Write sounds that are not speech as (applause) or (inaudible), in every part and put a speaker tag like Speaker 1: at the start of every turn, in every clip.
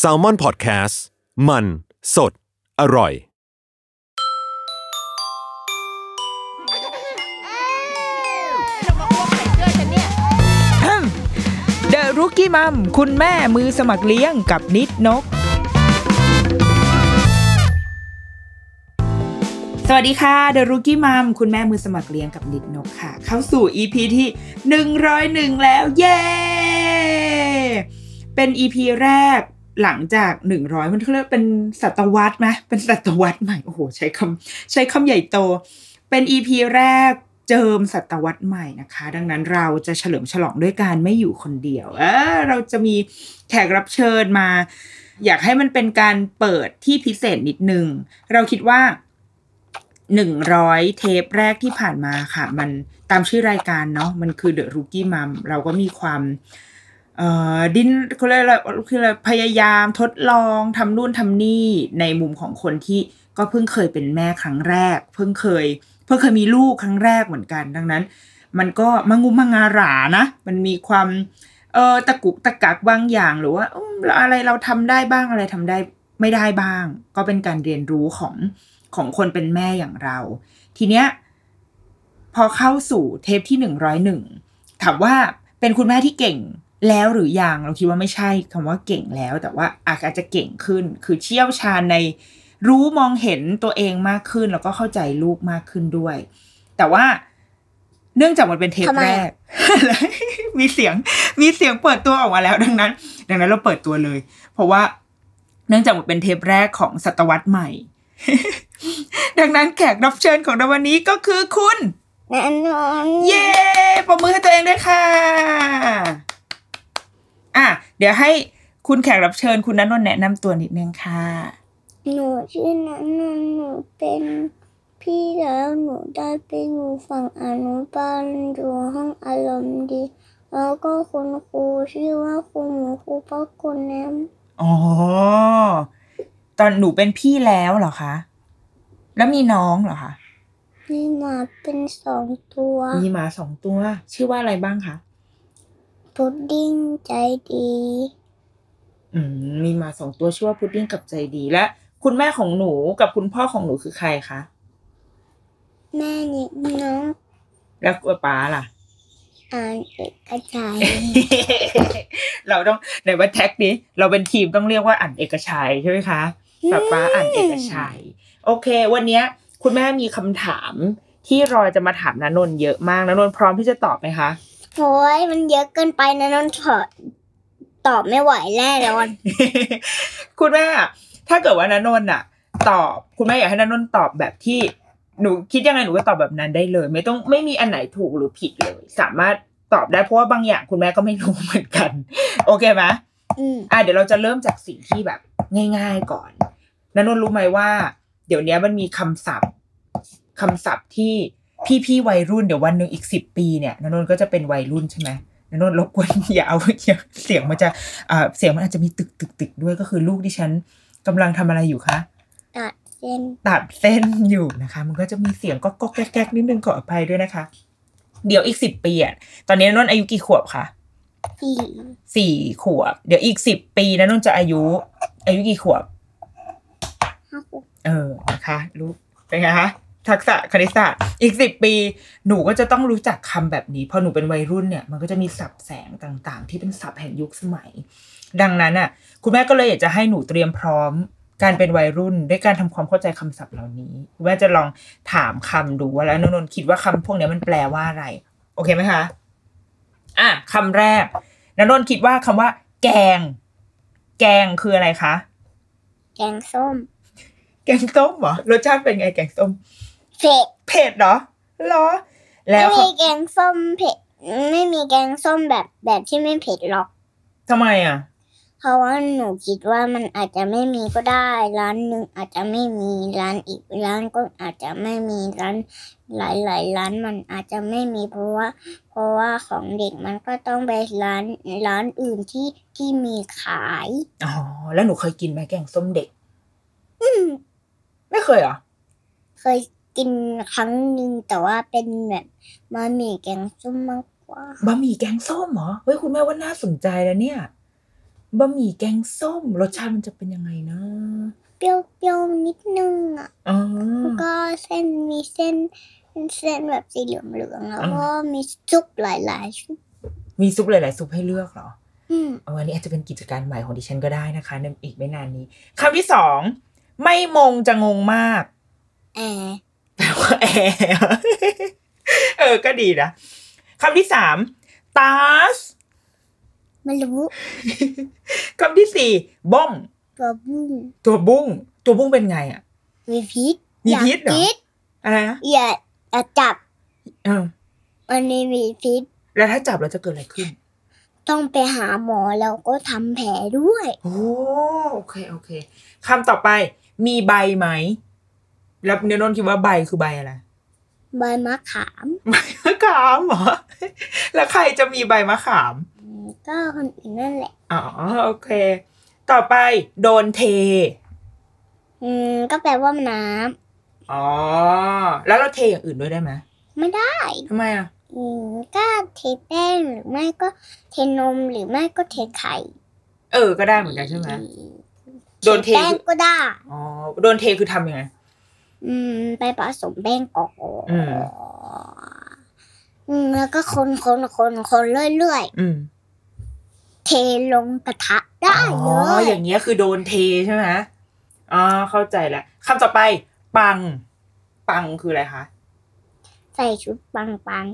Speaker 1: s a l ม o n PODCAST มันสดอร่อย
Speaker 2: ลงมาควบใส่เสื้อฉันเนี่ย
Speaker 3: (coughs) เดอะรุกี้มัมคุณแม่มือสมัครเลี้ยงกับนิดนก สวัสดีค่ะเดอะรุกี้มัมคุณแม่มือสมัครเลี้ยงกับนิดนกค่ะ เข้าสู่ EP ีที่ 101 แล้ว เย้ เป็น EP แรกหลังจาก 100 มันเขาเรียกเป็นศตวรรษไหมเป็นศตวรรษใหม่ โอ้โห ใช้คำใช้คำใหญ่โต เป็น EP แรกเจิมศตวรรษใหม่นะคะ ดังนั้นเราจะเฉลิมฉลองด้วยการไม่อยู่คนเดียว เออเราจะมีแขกรับเชิญมา อยากให้มันเป็นการเปิดที่พิเศษนิดนึง เราคิดว่า 100 เทปแรกที่ผ่านมาค่ะ มันตามชื่อรายการเนาะมันคือ The Rookie Mom เราก็มีความ เอ่อดิ้นเขาเรียกอะไรคืออะไรพยายามทดลองทำนู่นทำนี่ในมุมของคนที่ก็เพิ่งเคยเป็นแม่ครั้งแรก เพิ่งเคย เพิ่งเคยมีลูกครั้งแรกเหมือนกัน ดังนั้น มันก็มังงุมมังงาหรานะ มันมีความ เออตะกุกตะกักบางอย่างหรือว่าอืมอะไรเราทำได้บ้างอะไรทำได้ไม่ได้บ้าง ก็เป็นการเรียนรู้ของของคนเป็นแม่อย่างเรา ทีเนี้ยพอเข้าสู่เทปที่หนึ่งร้อยหนึ่ง ถามว่าเป็นคุณแม่ที่เก่งแล้วหรือยังเราคิดว่าไม่ใช่คำว่าเก่งแล้ว แต่ว่าอาจจะเก่งขึ้น คือเชี่ยวชาญในรู้มองเห็นตัวเองมากขึ้น แล้วก็เข้าใจลูกมากขึ้นด้วย แต่ว่าเนื่องจากมันเป็นเทป
Speaker 2: ทำไม
Speaker 3: แร
Speaker 2: อะ
Speaker 3: ก มีเสียงมีเสียงเปิดตัวออกมาแล้วดังนั้น ดังนั้นเราเปิดตัวเลย เพราะว่าเนื่องจากมันเป็นเทปแรกของศตวรรษใหม่ ดังนั้นแขกรับเชิญของเราวันนี้ก็คือคุณ
Speaker 2: แน่นอน
Speaker 3: เย้ปรบมือให้ตัวเองด้วยค่ะ อ่ะ เดี๋ยวให้คุณแขกรับเชิญคุณนันนนท์แนะนำตัวนิดนึงค่ะ
Speaker 4: หนูชื่อนันนนท์หนูเป็นพี่แล้วหนูได้ไปอยู่ฝั่งอนุบาลอยู่ห้องอารมณ์ดี แล้วก็คุณครูชื่อว่าคุณหนูครูพ่อคุณแนม
Speaker 3: อ๋อ ตอนหนูเป็นพี่แล้วเหรอคะ แล้วมีน้องเหรอคะ
Speaker 4: มีหมาเป็นสองตัว
Speaker 3: มีหมาสองตัว ชื่อว่าอะไรบ้างคะ
Speaker 4: พุดดิ้งใจดี
Speaker 3: อืมมีหมาสองตัวชื่อว่าพุดดิ้งกับใจดีและคุณแม่ของหนูกับคุณพ่อของหนูคือใครคะ
Speaker 4: แม่นิดน้อง
Speaker 3: แล้วป้าล่ะ
Speaker 4: อ่านเอกใจาย
Speaker 3: (laughs) เราต้องไหนว่าแท็กนี้เราเป็นทีมต้องเรียกว่าอ่านเอกชัยใช่ไหมคะป้าป้าอ่านเอกชัย โอเค วันเนี้ย คุณแม่มีคำถามที่รอจะมาถามนนนท์เยอะมากนนนท์พร้อมที่จะตอบไหมคะ (laughs)
Speaker 4: โอ้ยมันเยอะเกินไปนะนนท์เถอะตอบไม่ไหวแน่นอน
Speaker 3: คุณแม่อะถ้าเกิดว่านนนท์อะตอบ คุณแม่อยากให้นนนท์ตอบแบบที่หนูคิดยังไงหนูก็ตอบแบบนั้นได้เลย ไม่ต้องไม่มีอันไหนถูกหรือผิดเลย สามารถตอบได้เพราะว่าบางอย่างคุณแม่ก็ไม่รู้เหมือนกัน (laughs) โอเคไหม
Speaker 4: อืม
Speaker 3: อ่ะเดี๋ยวเราจะเริ่มจากสิ่งที่แบบง่ายๆก่อนนนนท์รู้ไหมว่า เดี๋ยวเนี้ยมันมีคำศัพท์คำศัพท์ที่พี่ๆวัยรุ่นเดี๋ยววันหนึ่งอีกสิบปีเนี่ยนนนท์ก็จะเป็นวัยรุ่นใช่ไหมนนนท์รบกวน อย่าเอาอย่าเสียงมันจะอ่าเสียงมันอาจจะมีตึกตึกตึกด้วยก็คือลูกที่ฉันกำลังทำอะไรอยู่คะ
Speaker 4: ตัดเส้น
Speaker 3: ตัดเส้นอยู่นะคะ มันก็จะมีเสียงก็ก็แก๊กแก๊กนิดนึงขออภัยด้วยนะคะ เดี๋ยวอีกสิบปีอ่ะตอนนี้นนท์อายุกี่ขวบคะ
Speaker 4: สี่
Speaker 3: สี่ขวบ เดี๋ยวอีกสิบปีนะนุ่นจะอายุ อายุกี่ขวบ
Speaker 4: ห้าหก
Speaker 3: เออนะคะรู้เป็นไงคะทักษะคณิตศาสตร์อีกสิบปี หนูก็จะต้องรู้จักคำแบบนี้พอหนูเป็นวัยรุ่นเนี่ยมันก็จะมีศัพท์แสงต่างๆ ที่เป็นศัพท์แห่งยุคสมัย ดังนั้นอ่ะ คุณแม่ก็เลยอยากจะให้หนูเตรียมพร้อม การเป็นวัยรุ่นด้วยการทำความเข้าใจคำศัพท์เหล่านี้คุณแม่จะลองถามคำดูว่าแล้วนนนท์คิดว่าคำพวกเนี้ยมันแปลว่าอะไร โอเคไหมคะอ่ะคำแรกนนนท์คิดว่าคำว่า แกง แกงคืออะไรคะ
Speaker 4: แกงส้ม
Speaker 3: แกงส้มเหรอรสชาติเป็นไงแกงส้ม
Speaker 4: เผ็ด
Speaker 3: เผ็ดเหรอเหรอ แล้ว
Speaker 4: ไม่
Speaker 3: เขา
Speaker 4: มีแกงส้มเผ็ด ไม่มีแกงส้มแบบแบบที่ไม่เผ็ดหรอก
Speaker 3: ทำไมอ่ะ
Speaker 4: เพราะว่าหนูคิดว่ามันอาจจะไม่มีก็ได้ ร้านหนึ่งอาจจะไม่มีร้านอีกร้านก็อาจจะไม่มีร้านหลายๆร้านมันอาจจะไม่มีเพราะว่า เพราะว่าของเด็กมันก็ต้องไปร้านร้านอื่นที่ที่มีขาย
Speaker 3: อ๋อ แล้วหนูเคยกินไหมแกงส้มเด็ก ไม่เคยเหรอ
Speaker 4: เคยกินครั้งหนึ่งแต่ว่าเป็นแบบมามีแกงส้มมากกว่า
Speaker 3: บะหมี่แกงส้มเหรอ เฮ้ย คุณแม่ว่าน่าสนใจแล้วเนี่ย บะหมี่แกงส้ม รสชาติมันจะเป็นยังไงนะ
Speaker 4: เปรี้ยวๆนิดนึงอ่ะ
Speaker 3: อ๋อ
Speaker 4: แล้วก็เส้นมีเส้นเส้นแบบสีเหลืองๆแล้ว
Speaker 3: อ่า
Speaker 4: ก็มีซุปหลายๆซุป
Speaker 3: มีซุปหลาย ๆ ซุปให้เลือกเหรอ
Speaker 4: อืม
Speaker 3: เอาอันนี้อาจจะเป็นกิจการใหม่ของดิฉันก็ได้นะคะในอีกไม่นานนี้คำที่สองไม่มงจะงงมาก
Speaker 4: แอร์
Speaker 3: แปลว่าแอร์ (laughs) เออ ก็ดีนะคำที่สามตาส
Speaker 4: ไม่รู้
Speaker 3: คำที่สี่บ้อง
Speaker 4: ตัวบุ้ง
Speaker 3: ตัวบุ้ง ตัวบุ้งเป็นไงอ่ะ
Speaker 4: มีพิษ
Speaker 3: มี
Speaker 4: อย่า
Speaker 3: พิษเหรอ
Speaker 4: กิน
Speaker 3: อะไรนะ
Speaker 4: อย่าอย่าจับ
Speaker 3: เออ
Speaker 4: มันมีมีพิษ
Speaker 3: แล้วถ้าจับเราจะเกิดอะไรขึ้น
Speaker 4: ต้องไปหาหมอแล้วก็ทำแผลด้วย
Speaker 3: โอ้โอเคโอเคคำต่อไป มีใบไหม แล้วเนยนนท์คิดว่าใบคือใบอะไร
Speaker 4: ใบมะขาม
Speaker 3: ใบมะขามเหรอ (laughs) แล้วใครจะมีใบมะขาม
Speaker 4: อืมก็คนอื่นนั่นแหละ
Speaker 3: อ๋อโอเค ต่อไป โดนเท
Speaker 4: อืมก็แปลว่าน้ำ
Speaker 3: อ๋อ แล้วเราเทอย่างอื่นด้วยได้ไหม
Speaker 4: ไม่ได้
Speaker 3: ทำไมอ่ะ
Speaker 4: อืมก็เทแป้งหรือไม่ก็เทนมหรือไม่ก็เทไข่
Speaker 3: เออ ก็ได้เหมือนกันใช่ไหม
Speaker 4: โด
Speaker 3: โด
Speaker 4: น
Speaker 3: น
Speaker 4: เท
Speaker 3: เท
Speaker 4: แป้งก็ได้
Speaker 3: อ๋อ โดนเทคือทำยังไง
Speaker 4: อืม ไปผสมแป้งก่อน
Speaker 3: อืม
Speaker 4: อืมแล้วก็คนคนคนคนเรื่อย
Speaker 3: อืม
Speaker 4: ๆ เทลงกระทะได้เล
Speaker 3: อ๋อ
Speaker 4: ย
Speaker 3: อย่างเงี้ยคือโดนเทใช่ไหมอ๋อ เข้าใจละคำต่อไป ปัง ปังคืออะไรคะ
Speaker 4: ใส่ชุดปังปัง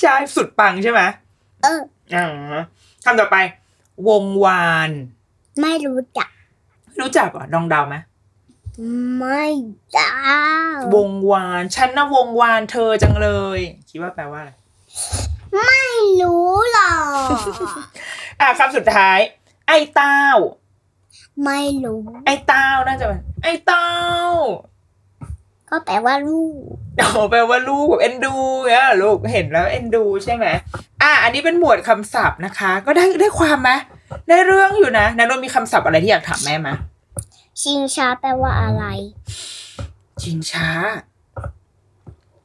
Speaker 3: ใช่สุดปังใช่ไหม
Speaker 4: เออ
Speaker 3: อ๋อคำต่อไป วงวาน
Speaker 4: ไม่รู้จัก
Speaker 3: รู้จักเหรอ่ะลองเดาไหม
Speaker 4: ไม่ได้
Speaker 3: วงวานฉันนะวงวานเธอจังเลย คิดว่าแปลว่าอะไร
Speaker 4: ไม่รู้หรอก
Speaker 3: อ่ะคำสุดท้าย ไอ้เต้า
Speaker 4: ไม่รู้
Speaker 3: ไอ้เต้าน่าจะเป็นไอ้เต้า
Speaker 4: ก็แปลว่าลูก
Speaker 3: โอ้แปลว่าลูกแบบเอ็นดูเงี้ยเหรอลูกเห็นแล้วเอ็นดูใช่ไหมอ่ะอันนี้เป็นหมวดคำศัพท์นะคะ ก็ได้ได้ความไหมได้เรื่องอยู่นะนันโดนมีคำศัพท์อะไรที่อยากถามแม่ไหม
Speaker 4: ชิงช้าแปลว่าอะไร
Speaker 3: ชิงช้า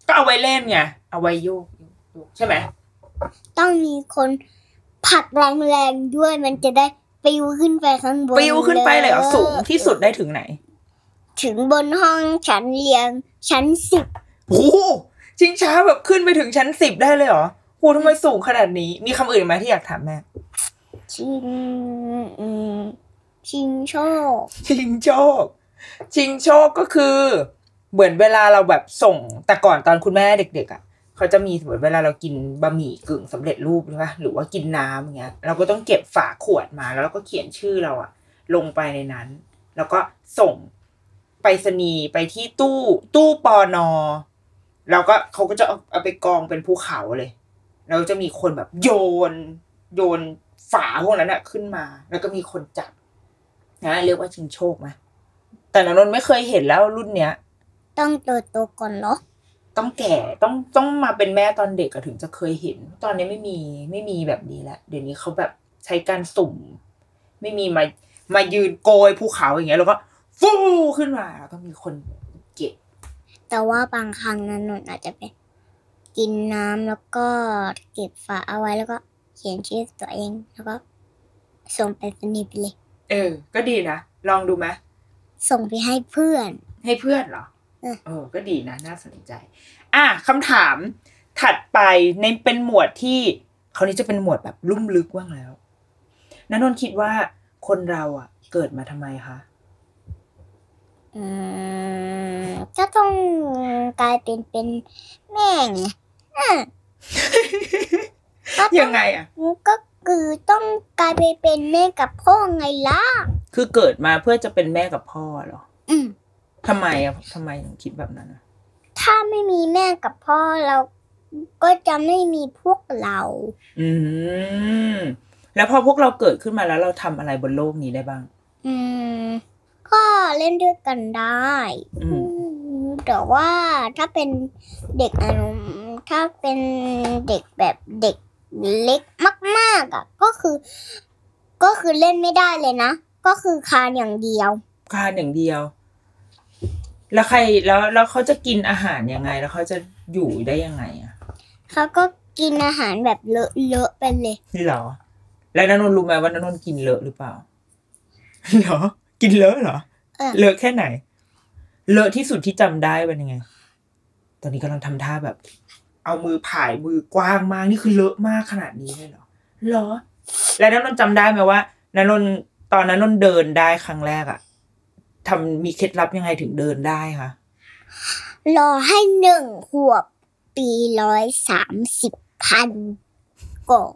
Speaker 3: ก็เอาไว้เล่นไงเอาไว้โยกโยกใช่ไหม
Speaker 4: ต้องมีคนผลักแรงๆด้วยมันจะได้ปิวขึ้นไปข้างบน
Speaker 3: ปิวขึ้นไปเลยเหรอสูงที่สุด
Speaker 4: เออ
Speaker 3: ได้ถึงไหน
Speaker 4: ถึงบนห้องชั้นเรียงชั้นสิบ
Speaker 3: โอ้โหชิงช้าแบบขึ้นไปถึงชั้นสิบได้เลยเหรอโหทำไมสูงขนาดนี้ มีคำอื่นไหมที่อยากถามแม่
Speaker 4: ชิงอืมชิงโชค
Speaker 3: ชิงโชค ชิงโชคก็คือ เหมือนเวลาเราแบบส่ง แต่ก่อนตอนคุณแม่เด็ก ๆ อ่ะ เขาจะมีเหมือนเวลาเรากินบะหมี่กึ่งสำเร็จรูปใช่ปะหรือว่ากินน้ำอย่างเงี้ย เราก็ต้องเก็บฝาขวดมาแล้วเราก็เขียนชื่อเราอ่ะ ลงไปในนั้น แล้วก็ส่งไปรษณีย์ไปที่ตู้ตู้ปอนอแล้วก็เขาก็จะเอาเอาไปกองเป็นภูเขาเลย แล้วจะมีคนแบบโยน โยนฝาพวกนั้นอะขึ้นมา แล้วก็มีคนจับนะเรียกว่าชิงโชคไหมแต่นนนท์ไม่เคยเห็นแล้วรุ่นเนี้ย
Speaker 4: ต้องเติบโตก่อนเหรอ
Speaker 3: ต้องแก่ต้องต้องมาเป็นแม่ตอนเด็กอะถึงจะเคยเห็น ตอนนี้ไม่มีไม่มีแบบนี้แล้วเดี๋ยวนี้เขาแบบใช้การสุ่ม ไม่มีมามายืนโกยภูเขาอย่างเงี้ยแล้วก็ฟูขึ้นมาแล้วก็มีคนเก็บ
Speaker 4: แต่ว่าบางครั้งนั้นนนอาจจะเป็นกินน้ำแล้วก็เก็บฝาเอาไว้แล้วก็เขียนชื่อตัวเองแล้วก็ส่งไปสนิทไปเลย
Speaker 3: เออ ก็ดีนะ ลองดูไหม
Speaker 4: ส่งไปให้เพื่อน
Speaker 3: ให้เพื่อนเหรอ
Speaker 4: เออ
Speaker 3: เออ ก็ดีนะ น่าสนใจ อ่ะคำถามถัดไปในเป็นหมวดที่คราวนี้จะเป็นหมวดแบบลุ่มลึกว่างแล้วนันนนท์คิดว่าคนเราอ่ะ เกิดมาทำไมคะ
Speaker 4: อืมก็ต้องกลายเป็นเป็นแม่ไงอ่ะก็ต้อ
Speaker 3: (laughs) ยัง งไงอ่ะ
Speaker 4: ก็คือต้องกลายไปเป็นแม่กับพ่อไงล่ะ
Speaker 3: คือเกิดมาเพื่อจะเป็นแม่กับพ่อเหรอ
Speaker 4: อืม
Speaker 3: ทำไมอ่ะทำไมถึงคิดแบบนั้นอะ
Speaker 4: ถ้าไม่มีแม่กับพ่อเราก็จะไม่มีพวกเรา
Speaker 3: อืม แล้วพอพวกเราเกิดขึ้นมาแล้วเราทำอะไรบนโลกนี้ได้บ้าง
Speaker 4: อืม ก็เล่นด้วยกันได้
Speaker 3: อืม
Speaker 4: อืมแต่ว่าถ้าเป็นเด็กอนุถ้าเป็นเด็กแบบเด็กเล็กมากๆอ่ะก็คือ ก็คือเล่นไม่ได้เลยนะ ก็คือคานอย่างเดียว
Speaker 3: คานอย่างเดียว แล้วใครแล้วแล้วเขาจะกินอาหารยังไง แล้วเขาจะอยู่ได้ยังไงอ่ะ
Speaker 4: เขาก็กินอาหารแบบเลอะๆไปเลย
Speaker 3: หรอ แล้วนันนนท์รู้ไหมว่านันนนท์กินเลอะหรือเปล่า เหรอ กินเลอะเหรอ
Speaker 4: เออ
Speaker 3: เลอะแค่ไหน เลอะที่สุดที่จำได้เป็นยังไง ตอนนี้กำลังทำท่าแบบ เอามือผายมือกว้างมากนี่คือเลอะมากขนาดนี้เลยเหรอ เหรอ แล้วนันนนท์จำได้ไหมว่านันนนท์ตอนนั้นนนท์เดินได้ครั้งแรกอะทำมีเคล็ดลับยังไงถึงเดินได้คะ
Speaker 4: รอให้หนึ่งขวบปีร้อยสามสิบพันก่อน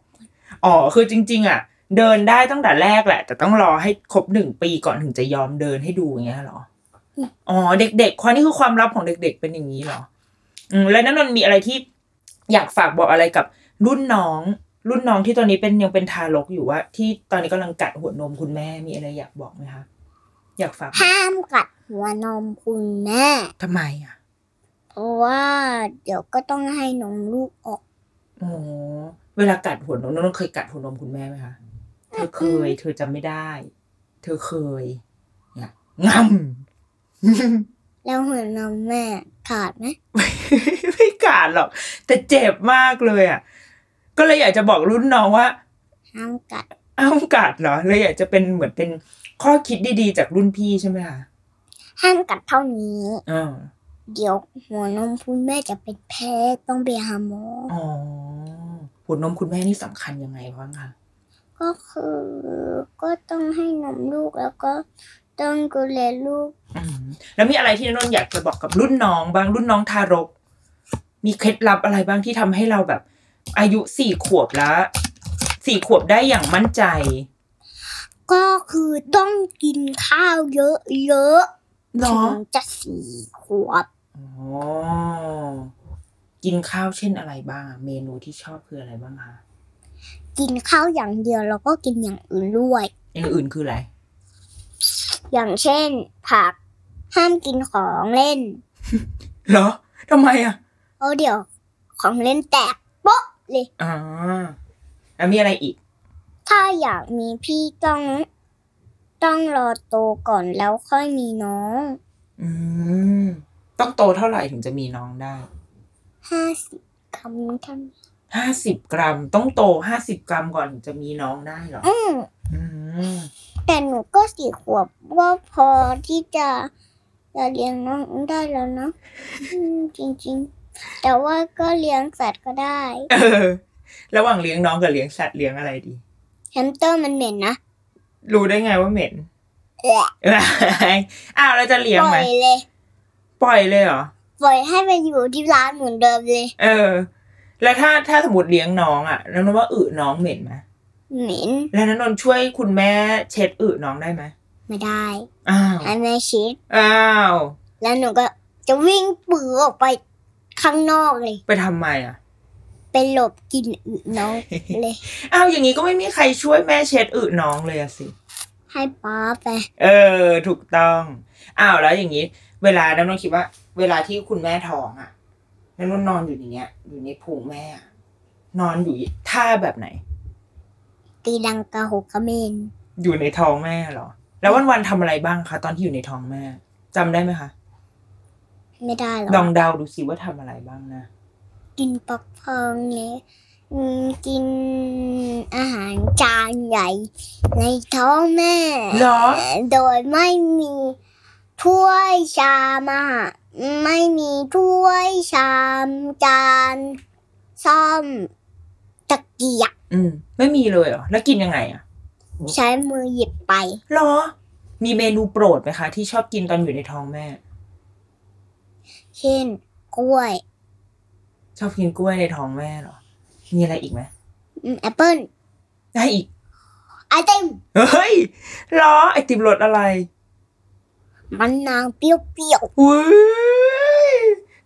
Speaker 3: อ๋อ คือจริง ๆ อ่ะ เดินได้ตั้งแต่แรกแหละ แต่ต้องรอให้ครบหนึ่งปีก่อนถึงจะยอมเดินให้ดูอย่างเงี้ยเหรอ อ๋อ เด็กๆความนี่คือความลับของเด็ก ๆ เป็นอย่างนี้เหรอ อืม แล้วนั่นมันมีอะไรที่อยากฝากบอกอะไรกับรุ่นน้อง รุ่นน้องที่ตอนนี้เป็นยังเป็นทารกอยู่ว่า ที่ตอนนี้กำลังกัดหัวนมคุณแม่มีอะไรอยากบอกไหมคะ อยากฝากบอก
Speaker 4: ห้ามกัดหัวนมคุณแม่
Speaker 3: ทำไมอ่ะ
Speaker 4: เพราะว่าเดี๋ยวก็ต้องให้นมลูกออก
Speaker 3: อ๋อ เวลากัดหัวนมน้องเคยกัดหัวนมคุณแม่ไหมคะ เธอเคย เธอจำไม่ได้ เธอเคยเนี่ยงำ
Speaker 4: แล้วหัวนมแม่ขาดไหม
Speaker 3: (laughs) ไม่กัดหรอก แต่เจ็บมากเลยอ่ะ ก็เลยอยากจะบอกรุ่นน้องว่า
Speaker 4: ห้ามกัด
Speaker 3: เอ้ากัดเหรอ เลยอยากจะเป็นเหมือนเป็นข้อคิดดีๆ จากรุ่นพี่ใช่ไหมคะ
Speaker 4: ห้ามกัดเท่านี้
Speaker 3: อ๋อ
Speaker 4: เดี๋ยวหัวนมคุณแม่จะเป็นแพ้ต้องไปหาหมอ
Speaker 3: อ๋อหัวนมคุณแม่นี่สำคัญยังไงบ้างคะ
Speaker 4: ก็คือก็ต้องให้นมลูกแล้วก็ต้องดูแลลูก
Speaker 3: อืมแล้วมีอะไรที่นนท์อยากจะบอกกับรุ่นน้องบ้างรุ่นน้องทารก มีเคล็ดลับอะไรบ้างที่ทำให้เราแบบ อายุสี่ขวบแล้วสี่ขวบได้อย่างมั่นใจ
Speaker 4: ก็คือต้องกินข้าวเยอะเยอะๆถึงจะสี่ขวบ
Speaker 3: อ๋อ กินข้าวเช่นอะไรบ้าง เมนูที่ชอบคืออะไรบ้างคะ
Speaker 4: กินข้าวอย่างเดียวแล้วก็กินอย่างอื่นด้วย
Speaker 3: อย่างอื่นคืออะไร
Speaker 4: อย่างเช่น ผัก ห้ามกินของเล่น
Speaker 3: เหรอทำไมอ่ะ
Speaker 4: เพราะเดี๋ยวของเล่นแตกโป๊ะเลย
Speaker 3: อ๋อแล้วมีอะไรอีก
Speaker 4: ถ้าอยากมีพี่ต้อง ต้องรอโตก่อนแล้วค่อยมีน้อง
Speaker 3: อืม ต้องโตเท่าไหร่ถึงจะมีน้องได้
Speaker 4: ห้าสิบคำนี้ท
Speaker 3: ห้าสิบกรัม ต้องโตห้าสิบกรัมก่อนถึงจะมีน้องได้เหรอ
Speaker 4: ำอืม
Speaker 3: อืม (laughs)
Speaker 4: แต่หนูก็สี่ขวบก็พอที่จะจะเลี้ยงน้องได้แล้วนะอืมจริงๆ แต่ว่าก็เลี้ยงสัตว์ก็ได้
Speaker 3: เออระหว่างเลี้ยงน้องกับเลี้ยงสัตว์เลี้ยงอะไรดี
Speaker 4: แฮมสเตอร์มันเหม็นนะ
Speaker 3: รู้ได้ไงว่าเหม็น (laughs)
Speaker 4: แอะ
Speaker 3: เอ้ยอ้าวเราจะเลี้ยง
Speaker 4: ปล่
Speaker 3: ไหม
Speaker 4: อยเลย
Speaker 3: ปล่อยเลยเหรอ
Speaker 4: ปล่อยให้มันอยู่ที่ร้านเหมือนเดิมเลย
Speaker 3: เออ แล้วถ้าถ้าสมมติเลี้ยงน้องอ่ะแล้วนนว่าอึน้องเหม็นไหม
Speaker 4: เหม็น
Speaker 3: แล้วนั้นนนช่วยคุณแม่เช็ดอึน้องได้ไหม
Speaker 4: ไม่ได้
Speaker 3: อ้าว
Speaker 4: ให้แม่ชิด
Speaker 3: อ้าว
Speaker 4: แล้วหนูก็จะวิ่งปือออกไปข้างนอกเลย
Speaker 3: ไปทำไมอ่ะ
Speaker 4: ไปหลบกินอึน้องเลย
Speaker 3: อ้าวอย่างนี้ก็ไม่มีใครช่วยแม่เช็ดอึน้องเลยอะสิ
Speaker 4: ให้ป๊าไป
Speaker 3: เออ ถูกต้อง อ้าวแล้วอย่างนี้ เวลาน้ำนนท์คิดว่า เวลาที่คุณแม่ท้องอ่ะน้ำนนท์นอนอยู่อย่างเงี้ย อยู่ในพุงแม่อะนอนอยู่ท่าแบบไหน
Speaker 4: ตีดังกะหกกระเมน
Speaker 3: อยู่ในท้องแม่เหรอ แล้ววันวันๆทำอะไรบ้างคะตอนที่อยู่ในท้องแม่จำได้ไหมคะ
Speaker 4: ไม่ได้หรอก
Speaker 3: ลองเดาดูสิว่าทำอะไรบ้างนะ
Speaker 4: กินปักพองเลยอืมกินอาหารจานใหญ่ ในท้องแม่
Speaker 3: เหรอ
Speaker 4: โดยไม่มีถ้วยชามอาหารไม่มีถ้วยชามจานซ่อมตะเกียบ
Speaker 3: อืม ไม่มีเลยเหรอ แล้วกินยังไงอะ
Speaker 4: ใช้มือหยิบไป
Speaker 3: เหรอ มีเมนูโปรดไหมคะ ที่ชอบกินตอนอยู่ในท้องแม่
Speaker 4: เช่นกล้วย
Speaker 3: ชอบกินกล้วยในท้องแม่เหรอ มีอะไรอีกไหม
Speaker 4: อืมแอปเปิ้ล
Speaker 3: ได้อีก
Speaker 4: ไอติม
Speaker 3: เฮ้ยเหรอไอติมรสอะไร
Speaker 4: มันนางเปรี้ยว
Speaker 3: อุ้ย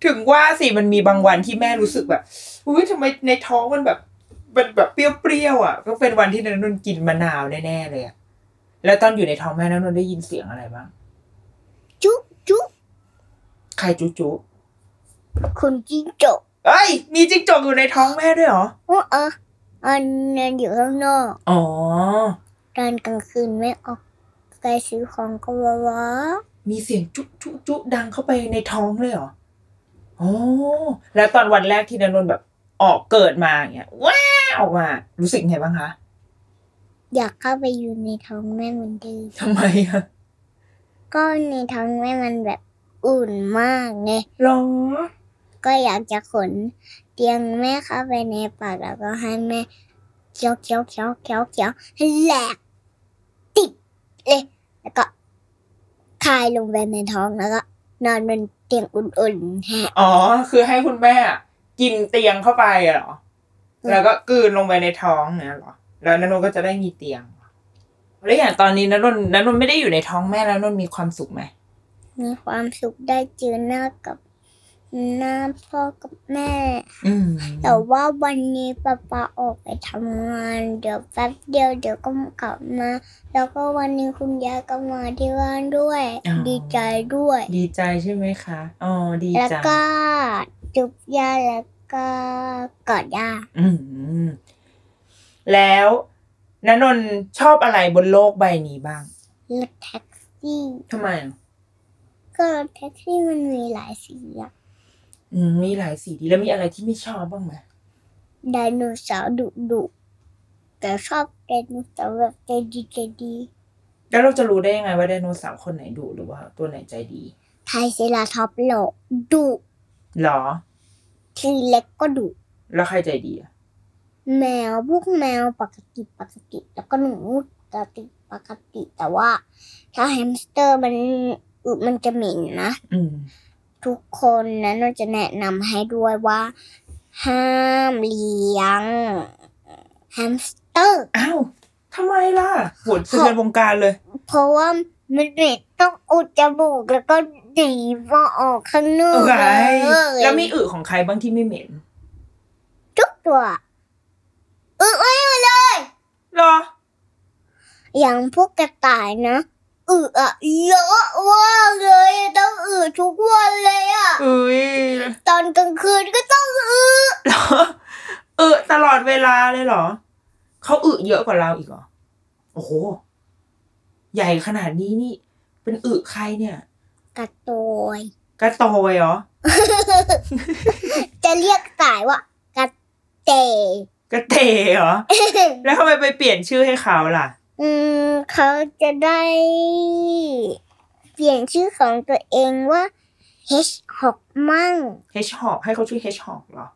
Speaker 3: ถึงว่าสิมันมีบางวันที่แม่รู้สึกแบบอุ้ยทำไมในท้องมันแบบมันแบบเปรี้ยวๆอ่ะ ก็เป็นวันที่นันนนกินมะนาวแน่ๆเลยอ่ะแล้วตอนอยู่ในท้องแม่นันนนได้ยินเสียงอะไรบ้าง
Speaker 4: ๆจุ๊จุ๊
Speaker 3: ใครจุ๊จุ๊
Speaker 4: คุณจิ้งจก
Speaker 3: เอ้ย มีจิ้งจกอยู่ในท้องแม่ด้วยเหรอ
Speaker 4: เออเอออันนั้นอยู่ข้างนอก
Speaker 3: อ๋อ
Speaker 4: ตอนกลางคืนไม่ออกไปซื้อของก็ว้าวา
Speaker 3: มีเสียงจุ๊จุ๊จุ๊ดังเข้าไปในท้องเลยเหรอโอ้แล้วตอนวันแรกที่นันนนแบบออกเกิดมาอย่างเงี้ยว้าออกมารู้สึกไงบ้างคะ
Speaker 4: อยากเข้าไปอยู่ในท้องแม่เหมือนเดิม
Speaker 3: ทำไมอะ
Speaker 4: ก็ในท้องแม่มันแบบอุ่นมากไง
Speaker 3: หรอ
Speaker 4: ก็อยากจะขนเตียงแม่เข้าไปในปากแล้วก็ให้แม่เคี้ยวเคี้ยวเคี้ยวเคี้ยวเคี้ยวให้แหลกติดเลยแล้วก็คายลงไปในท้องแล้วก็ นอนบนเตียงอุ่นๆแฮะ
Speaker 3: อ๋อ คือให้คุณแม่อะกินเตียงเข้าไปอะเหรอ
Speaker 4: อืม
Speaker 3: แล้วก็กลืนลงไปในท้องเนี่ยเหรอ แล้วนันนนก็จะได้มีเตียงแล้วอย่างตอนนี้นันนนนันนนไม่ได้อยู่ในท้องแม่แล้วนันนนมีความสุขไหม
Speaker 4: มีความสุขได้เจอหน้ากับหน้าพ่อกับแม่
Speaker 3: อืม
Speaker 4: แต่ว่าวันนี้ป๊าป๊าออกไปทำงาน เดี๋ยวแป๊บเดียวเดี๋ยวก็กลับมา แล้วก็วันนี้คุณยายก็มาที่บ้านด้วย ดีใจด้วย
Speaker 3: ดีใจใช่ไหมคะ อ๋อ ดี
Speaker 4: แล้ว
Speaker 3: ใจง
Speaker 4: ก็จุบยาแล้วก็กอดยา
Speaker 3: อืม แล้วนันนนชอบอะไรบนโลกใบนี้บ้าง
Speaker 4: รถแท็กซี่
Speaker 3: ทำไมอะ
Speaker 4: ก็รถแท็กซี่มันมีหลายสีอะ
Speaker 3: อืมมีหลายสีดีแล้วมีอะไรที่ไม่ชอบบ้างไหม
Speaker 4: ไดโนเสาร์ดุดุๆแต่ชอบไดโนเสาร์แบบใจดีใจดี
Speaker 3: แล้วเราจะรู้ได้ยังไงว่าไดโนเสาร์คนไหนดุหรือว่าตัวไหนใจดี
Speaker 4: ไทรเซราทอปส์โหลกดุ
Speaker 3: หรอ
Speaker 4: ทีเล็กก็ดุ
Speaker 3: แล้วใครใจดีอะ
Speaker 4: แมวพวกแมวปกติปกติ แล้วก็หนูปกติปกติแต่ว่า ถ้าแฮมสเตอร์มันอึมันจะเหม็นนะ
Speaker 3: อืม
Speaker 4: ทุกคนนะเราจะแนะนำให้ด้วยว่า ห้ามเลี้ยงแฮมสเตอร์
Speaker 3: อ้าวทำไมล่ะโหดสะเทือนวงการเลย
Speaker 4: เพราะว่ามันเหม็นต้องอุดจมูกแล้วก็หนีมาออกข้างนอ
Speaker 3: เอ้
Speaker 4: ก
Speaker 3: ย
Speaker 4: เลย
Speaker 3: แล้วมีอึของใครบ้างที่ไม่เหม็น
Speaker 4: ทุกตัวอึไว้หมดเลย
Speaker 3: หรอ
Speaker 4: อย่างพวกกระต่ายนะอึอะเยอะมากเลยอะต้องอึทุกวันเลยอะ
Speaker 3: อุ้ย
Speaker 4: ตอนกลางคืนก็ต้องอึ
Speaker 3: หรอ (laughs) เออตลอดเวลาเลยเหรอ เขาอึเยอะกว่าเราอีกเหรอ โอ้โห ใหญ่ขนาดนี้นี่ เป็นอึใครเนี่ย
Speaker 4: กระต่อย
Speaker 3: กระโตยเหรอ
Speaker 4: จะเรียกต่ายว่ากระเต
Speaker 3: กระเตเหรอ แล้วทำไมไปเปลี่ยนชื่อให้เขาล่ะ
Speaker 4: (laughs) อืมเขาจะได้ เปลี่ยนชื่อของตัวเองว่า H หกมั่ง
Speaker 3: h o ให้เขาชื่อ h o หรอ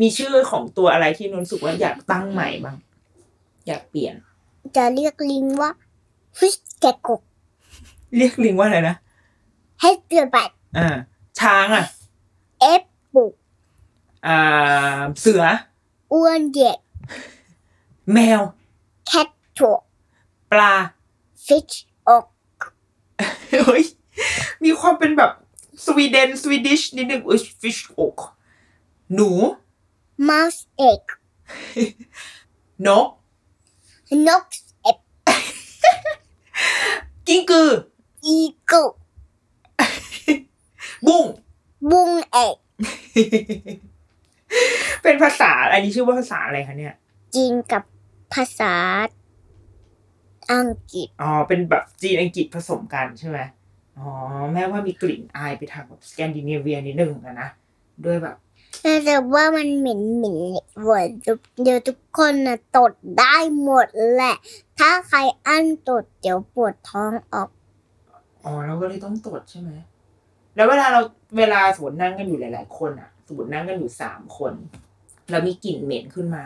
Speaker 3: มีชื่อของตัวอะไรที่นนท์รู้สึกว่าอยากตั้งใหม่บ้าง อยากเปลี่ยน
Speaker 4: จะเรียกลิงว่าฮิชแกกก
Speaker 3: เรียกลิงว่าอะไรนะ
Speaker 4: ให้เตือนไป
Speaker 3: อ่า ช้างอ่ะ
Speaker 4: เอฟปุก
Speaker 3: อ่า เสือ
Speaker 4: อ้วนเหย็ด
Speaker 3: แมว
Speaker 4: แคทถูก
Speaker 3: ปลา
Speaker 4: ฟิชอก
Speaker 3: เฮ้ย มีความเป็นแบบสวีเดน สวีดิชนิดนึงอุ้ยฟิชอก หนู
Speaker 4: mouse egg
Speaker 3: นก
Speaker 4: นกเอ็ด
Speaker 3: กิ้งกือ
Speaker 4: อีเกิล
Speaker 3: บุ้ง
Speaker 4: บุ้งเอ็ด
Speaker 3: เป็นภาษา อันนี้ชื่อว่าภาษาอะไรคะเนี่ย
Speaker 4: จีนกับภาษาอังกฤษ
Speaker 3: อ๋อ เป็นแบบจีนอังกฤษผสมกันใช่ไหมอ๋อ แม้ว่ามีกลิ่นอายไปทางแบบสแกนดิเนเวียนิดนึงอะนะ ด้วยแบบ
Speaker 4: แต่ว่ามันเหม็นเหม็นหวานเดี๋ยวทุกคนนะตดได้หมดแหละ ถ้าใครอั้นตดเดี๋ยวปวดท้องออก
Speaker 3: อ๋อ เราก็เลยต้องตรวจใช่ไหม แล้วเวลาเราเวลาสมมตินั่งกันอยู่หลาย ๆ คนอะสมมตินั่งกันอยู่สามคน แล้วมีกลิ่นเหม็นขึ้นมา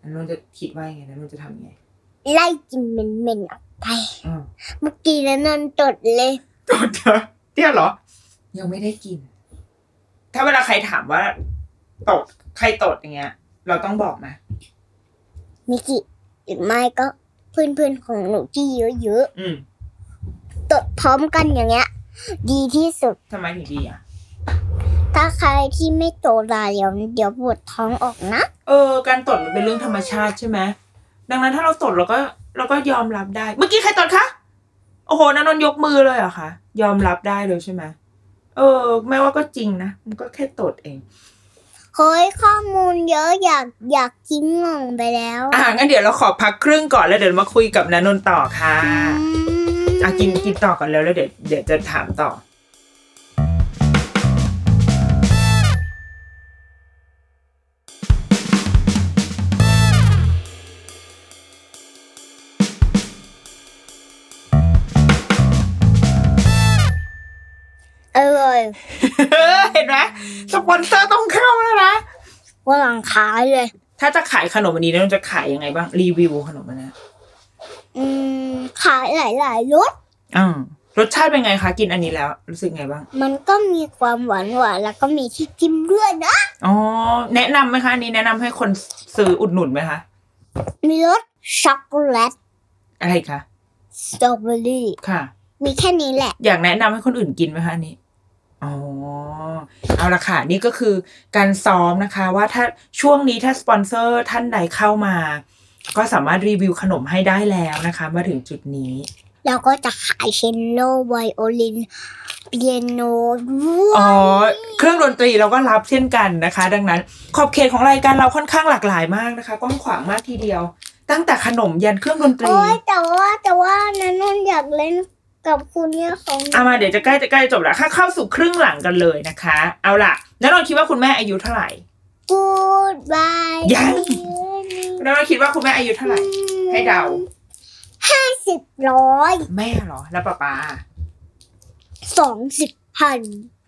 Speaker 3: อันนนท์จะคิดว่ายังไงนะนนท์จะทำยังไง
Speaker 4: ไล่กลินเหม็นเหม็นๆออกไป
Speaker 3: อ้าว
Speaker 4: เมื่อกี้แล้วนอนตดเลย
Speaker 3: ตรวจเถอะเนี่ยเหรอ ยังไม่ได้กลิ่น ถ้าเวลาใครถามว่าตดใครตดอย่างเงี้ย เราต้องบอกไหม
Speaker 4: มิกิหรือไม่ก็เพื่อนๆของหนูที่เยอะ
Speaker 3: อืม
Speaker 4: ๆตดพร้อมกันอย่างเงี้ย ดีที่สุด
Speaker 3: ทำไมถึงดีอ่ะ
Speaker 4: ถ้าใครที่ไม่โตลาเดี๋ยวเดี๋ยวปวดท้องออกนะ
Speaker 3: เออ การตดมันเป็นเรื่องธรรมชาติใช่ไหมดังนั้นถ้าเราตดเราก็เราก็ยอมรับได้ เมื่อกี้ใครตดคะ โอ้โหนันนนท์ยกมือเลยเหรอคะ ยอมรับได้เลยใช่ไหมเออ ไม่ว่าก็จริงนะ มันก็แค่ตดเอง
Speaker 4: เฮ้ยข้อมูลเยอะอยากอยากกินงงไปแล้ว
Speaker 3: อ่างั้นเดี๋ยวเราขอพักครึ่งก่อนแล้วเดี๋ยวมาคุยกับนันนนท์ต่อค่ะ อ่ะกินกินต่อก่อนแล้วแล้วเดี๋ยวเดี๋ยวจะถามต่อ
Speaker 2: อ
Speaker 3: (laughs) เห็นไหมสปอนเซอร์ต้องเข้าแล้วนะ
Speaker 4: ว่าหลังขายเลย
Speaker 3: ถ้าจะขายขนมอันนี้แล้วจะขายยังไงบ้าง รีวิวขนมอันนะ
Speaker 4: อืมขายหลายๆรส
Speaker 3: อ่ารสชาติเป็นไงคะ กินอันนี้แล้ว รู้สึกไงบ้าง
Speaker 4: มันก็มีความหวานหวานๆแล้วก็มีที่จิ้มด้วยนะ
Speaker 3: อ๋อ แนะนำไหมคะอันนี้แนะนำให้คนซื้ออุดหนุนไหมคะ
Speaker 4: มีรสช็อกโกแลต
Speaker 3: อะไรอีกคะ
Speaker 4: สตรอเบอรี่
Speaker 3: ค่ะ
Speaker 4: มีแค่นี้แหละ
Speaker 3: อยากแนะนำให้คนอื่นกินไหมคะอันนี้ อ๋อ เอาละค่ะ นี่ก็คือการซ้อมนะคะ ว่าถ้าช่วงนี้ถ้าสปอนเซอร์ท่านใดเข้ามา ก็สามารถรีวิวขนมให้ได้แล้วนะคะ มาถึงจุดนี้
Speaker 4: แล้วก็จะขายเชนโลไวโอลินเปียโนด้วย
Speaker 3: อ๋อ เครื่องดนตรีเราก็รับเช่นกันนะคะ ดังนั้น ขอบเขตของรายการเราค่อนข้างหลากหลายมากนะคะ กว้างขวางมากทีเดียว ตั้งแต่ขนมยันเครื่องดนตรี
Speaker 4: โอ้ยแต่ว่าแต่ว่านันนนท์อยากเล่นกับคุณเนี่ยของ
Speaker 3: เอามาเดี๋ยวจะใกล้จะใกล้จบแล้วค่ะเข้าสู่ครึ่งหลังกันเลยนะคะ เอาล่ะแล้วเราคิดว่าคุณแม่อายุเท่าไหร่
Speaker 4: กูดบาย
Speaker 3: ยัง แล้วเราคิดว่าคุณแม่อายุเท่าไหร่ ให้เดา
Speaker 4: ห้าสิบร้อย
Speaker 3: แม่เหรอ แล้วป้าป้า
Speaker 4: สองสิบพัน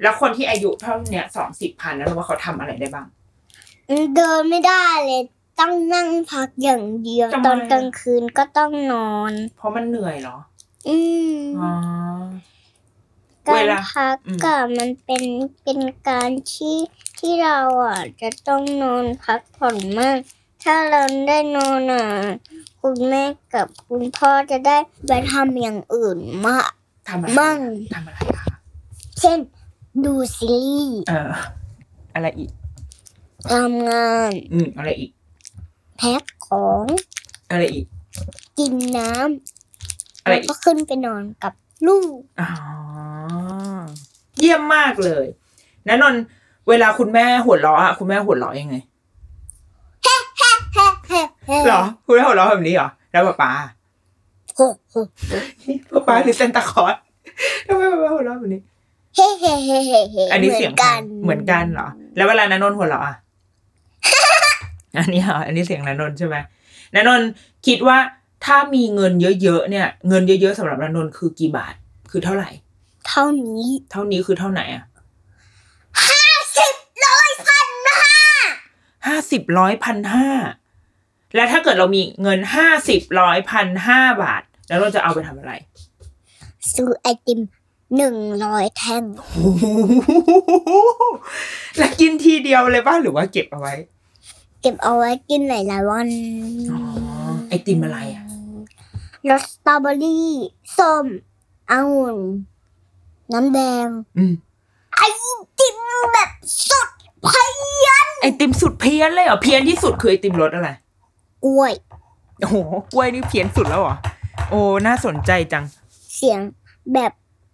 Speaker 3: แล้วคนที่อายุเท่าเนี้ยสองสิบพันแล้วว่าเขาทำอะไรได้บ้าง
Speaker 4: เดินไม่ได้เลยต้องนั่งพักอย่างเดียว
Speaker 3: ทำไม
Speaker 4: ตอนกลางคืนก็ต้องนอน
Speaker 3: เพราะมันเหนื่อยเหรอ
Speaker 4: อืม
Speaker 3: อ๋อ
Speaker 4: การ
Speaker 3: เวลา
Speaker 4: พัก
Speaker 3: อืม
Speaker 4: ก็มันเป็นเป็นการที่ที่เราอ่ะจะต้องนอนพักผ่อนมาก ถ้าเราได้นอนอ่ะคุณแม่กับคุณพ่อจะได้ไปทำอย่างอื่นมาก
Speaker 3: ทำอะไร
Speaker 4: มั่ง
Speaker 3: ทำอะไรคะ
Speaker 4: เช่น ดูซีรีส์
Speaker 3: เอออะไรอีก
Speaker 4: ทำงาน
Speaker 3: อืมอะไรอีก
Speaker 4: แพ็คของ
Speaker 3: อะไรอีก
Speaker 4: กินน้ำ
Speaker 3: อะไร
Speaker 4: แล้ว
Speaker 3: อีก
Speaker 4: ก็ขึ้นไปนอนกับลูก
Speaker 3: อ๋อเยี่ยมมากเลย นะนนท์เวลาคุณแม่หัวเราะอะคุณแม่หัวเราะยังไงเหรอ คุณแม่หัวเราะแบบนี้เหรอ แล้วป๊าป๊า
Speaker 4: เฮ้เฮ้
Speaker 3: ป๊าป๊าหรือเซนตาคลอส (laughs) ทำไมป๊าป๊าหัวเราะแบบนี้
Speaker 4: เฮ้เฮ้เฮ้เฮ้เฮ้
Speaker 3: อันนี้เสียง
Speaker 4: หมืกั
Speaker 3: เหมือนกันเหรอ แล้วเวลานานนท์หัวเราะอ่ะ (laughs) อันนี้เหรออันนี้เสียงนานนท์ใช่ไหมนานนท์คิดว่าถ้ามีเงินเยอะๆเนี่ย เงินเยอะๆสำหรับนานนท์คือกี่บาท คือเท่าไหร่
Speaker 4: เท่านี้
Speaker 3: เท่านี้คือเท่าไหนอ่ะ
Speaker 4: สิบร้อยพันนะ
Speaker 3: ห้าสิบร้อยพันห้า แล้วถ้าเกิดเรามีเงินห้าสิบร้อยพันห้าบาท แล้วเราจะเอาไปทำอะไร
Speaker 4: ซื้อไอติมหนึ่งร้อยแท่ง
Speaker 3: โอ้โหแล้วกินทีเดียวเลยป่ะหรือว่าเก็บเอาไว้
Speaker 4: เก็บเอาไว้กินหลายหลายๆวัน
Speaker 3: อ๋อไอติมอะไรอะ
Speaker 4: รสสตรอเบอรี่ส้มองุ่นน้ำแดง
Speaker 3: อืม
Speaker 4: ไอติมแบบสุดพยัน
Speaker 3: ไอติมสุดเพี้ยนเลยเหรอ เพี้ยนที่สุดคือไอติมรสอะไร
Speaker 4: กล้วย
Speaker 3: โอ้โหกล้วยนี่เพี้ยนสุดแล้วเหรอ โอ้ น่าสนใจจัง
Speaker 4: เสียงแบบ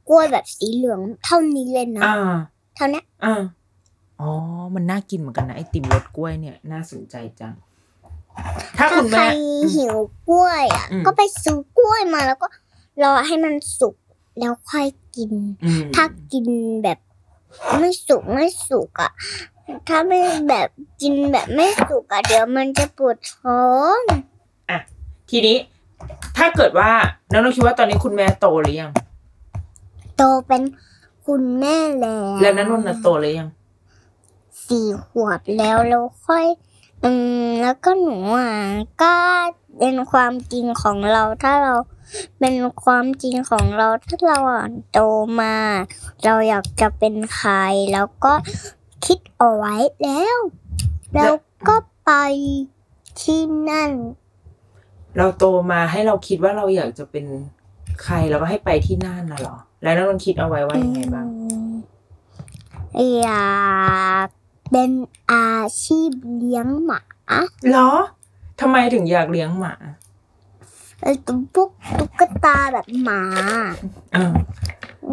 Speaker 4: กล้วยแบบสีเหลืองเท่านี้เลยนะ
Speaker 3: อ่า
Speaker 4: เท่านั้น
Speaker 3: อ่า อ๋อ มันน่ากินเหมือนกันนะไอติมรสกล้วยเนี่ย น่าสนใจจัง ถ้า
Speaker 4: ถ้า
Speaker 3: คุณ
Speaker 4: ใคร
Speaker 3: แม่
Speaker 4: หิวกล้วยอ่ะ
Speaker 3: อืม
Speaker 4: ก็ไปซื้อกล้วยมาแล้วก็รอให้มันสุกแล้วค่อยกิน
Speaker 3: อืม
Speaker 4: ถ้ากินแบบไม่สุกไม่สุกอ่ะ ถ้าไม่แบบกินแบบไม่สุกอ่ะเดี๋ยวมันจะปวดท้อง
Speaker 3: ทีนี้ ถ้าเกิดว่าน้องนกคิดว่าตอนนี้คุณแม่โตหรือยัง
Speaker 4: โตเป็นคุณแม่แล้ว
Speaker 3: แล้วนั้นนนท์น่ะโตหรือยัง
Speaker 4: สี่ขวบแล้วแล้วค่อย อืมแล้วก็หนูอ่ะก็เป็นความจริงของเราถ้าเราเป็นความจริงของเราถ้าเราอ่ะโตมา เราอยากจะเป็นใครแล้วก็คิดเอาไว้แล้ว
Speaker 3: แล้ว
Speaker 4: แล้วก็ไปที่นั่น
Speaker 3: เราโตมาให้เราคิดว่าเราอยากจะเป็นใครเราก็ให้ไปที่นั่นน่ะเหรอ แล้วน้องนนท์คิดเอาไว้ว่ายังไงบ้าง
Speaker 4: อืมอยากเป็นอาชีพเลี้ยงหมา
Speaker 3: เหรอทำไมถึงอยากเลี้ยงหมา
Speaker 4: ไอ้ตุ๊กตุ๊กตาแบบหมา
Speaker 3: อ่า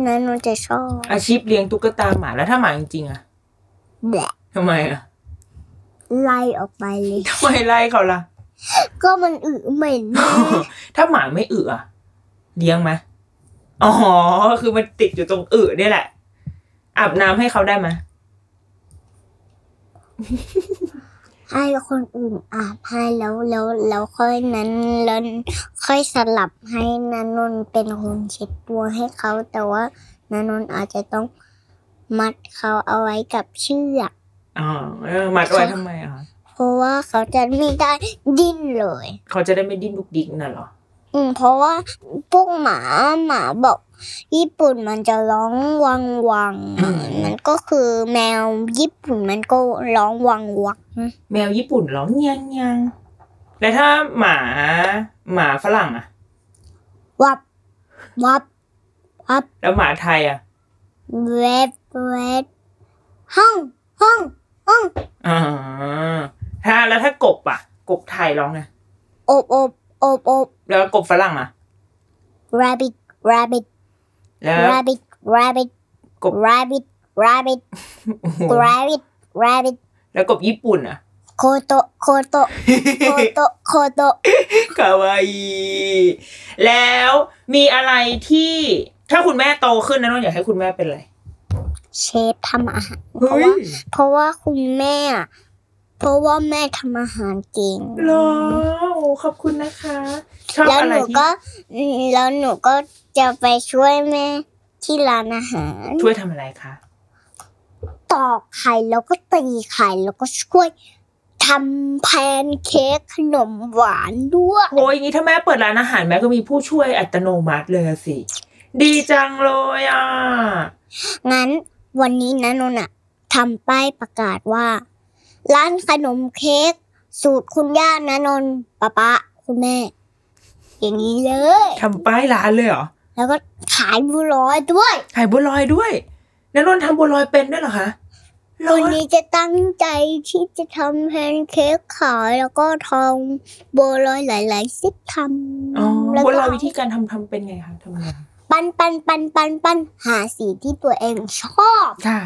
Speaker 4: นั่นหนูจะชอบ
Speaker 3: อาชีพเลี้ยงตุ๊กตาหมาแล้วถ้าหมาจริงๆอะ
Speaker 4: แบะ
Speaker 3: ทำไมอะ
Speaker 4: ไล่ออกไปเลย
Speaker 3: ทำไมไล่เขาล่ะ
Speaker 4: ก็มันอึเหม็น
Speaker 3: (laughs) ถ้าหมาไม่อึอะเลี้ยงไหมอ๋อคือมันติดอยู่ตรงอึเนี่ยแหละ อาบน้ำให้เขาได้ไหม
Speaker 4: ให้คนอื่นอาบให้แล้วแล้วแล้วค่อยนั้นแล้วค่อยสลับให้นันนนเป็นคนเช็ดตัวให้เขาแต่ว่านันนนอาจจะต้อง มัดเขาเอาไว้กับเชือก
Speaker 3: อ๋อเออมัดเอาไว้ทำไมอ่ะคะ
Speaker 4: เพราะว่าเขาจะไม่ได้ดิ้นเลย
Speaker 3: เขาจะได้ไม่ดิ้นดุกดิกน่ะเหรอ
Speaker 4: อืมเพราะว่าพวกหมาหมาบอก ญี่ปุ่นมันจะร้องวังวัง
Speaker 3: อืม
Speaker 4: มันก็คือแมวญี่ปุ่นมันก็ร้องวังวัง
Speaker 3: แมวญี่ปุ่นร้องเงียงเงียงแล้วถ้าหมาหมาฝรั่งอ่ะ
Speaker 4: วับวับ
Speaker 3: แล้วหมาไทยอ่ะ
Speaker 4: เวฟเวฟห้องห้อง
Speaker 3: อ่าถ้าแล้วถ้ากบอ่ะ กบไทยร้องไง
Speaker 4: อบอบอบอบ
Speaker 3: แล้วกบฝรั่งอ่ะ
Speaker 4: rabbit rabbit
Speaker 3: แล้ว
Speaker 4: rabbit rabbit
Speaker 3: กบ
Speaker 4: rabbit rabbit
Speaker 3: โอ้โห
Speaker 4: rabbit rabbit
Speaker 3: (laughs) แล้วกบญี่ปุ่นอ่ะ (laughs)
Speaker 4: โคโตะโคโตะโคโตะโคโตะ
Speaker 3: คาวาอีแล้วมีอะไรที่ถ้าคุณแม่โตขึ้นนะน้องอยากให้คุณแม่เป็นอะไร
Speaker 4: เชฟทำอาหาร เพราะว่าเพราะว่าคุณแม่อะเพราะว่าแม่ทำอาหารเก่ง
Speaker 3: เหรอโอ้ขอบคุณนะคะ ชอบ
Speaker 4: แล้ว
Speaker 3: อะ
Speaker 4: ห
Speaker 3: ไร
Speaker 4: นู
Speaker 3: ที่
Speaker 4: ก็อืมแล้วหนูก็จะไปช่วยแม่ที่ร้านอาหาร
Speaker 3: ช่วยทำอะไรคะ
Speaker 4: ตอกไข่แล้วก็ตีไข่แล้วก็ช่วยทำแพนเค้กขนมหวานด้วย
Speaker 3: โอ้ยอย่างนี้ถ้าแม่เปิดร้านอาหารแม่ก็มีผู้ช่วยอัตโนมัติเลยอะสิ ดีจังเลยอ่ะ
Speaker 4: งั้นวันนี้นะนนท์อะทำป้ายประกาศว่า ร้านขนมเค้กสูตรคุณย่านะนนท์ป๊าป๊าคุณแม่ อย่างนี้เลย
Speaker 3: ทำป้ายร้านเลยเหรอ
Speaker 4: แล้วก็ขายบัวลอยด้วย
Speaker 3: ขายบัวลอยด้วยนันนนท์ทำบัวลอยเป็นด้วยเหรอคะเหรอ
Speaker 4: วันนี้จะตั้งใจที่จะทำแพนเค้กขายแล้วก็ทำบัวลอยหลาย ๆ ซิปท
Speaker 3: อ๋อ
Speaker 4: ำแล้ว
Speaker 3: บัว
Speaker 4: ก็
Speaker 3: ลอยวิธีการทำทำเป็นไงคะทำยังไง
Speaker 4: ปั้นปั้นปั้นปั้นปั้นหาสีที่ตัวเองชอบ
Speaker 3: ค่ะ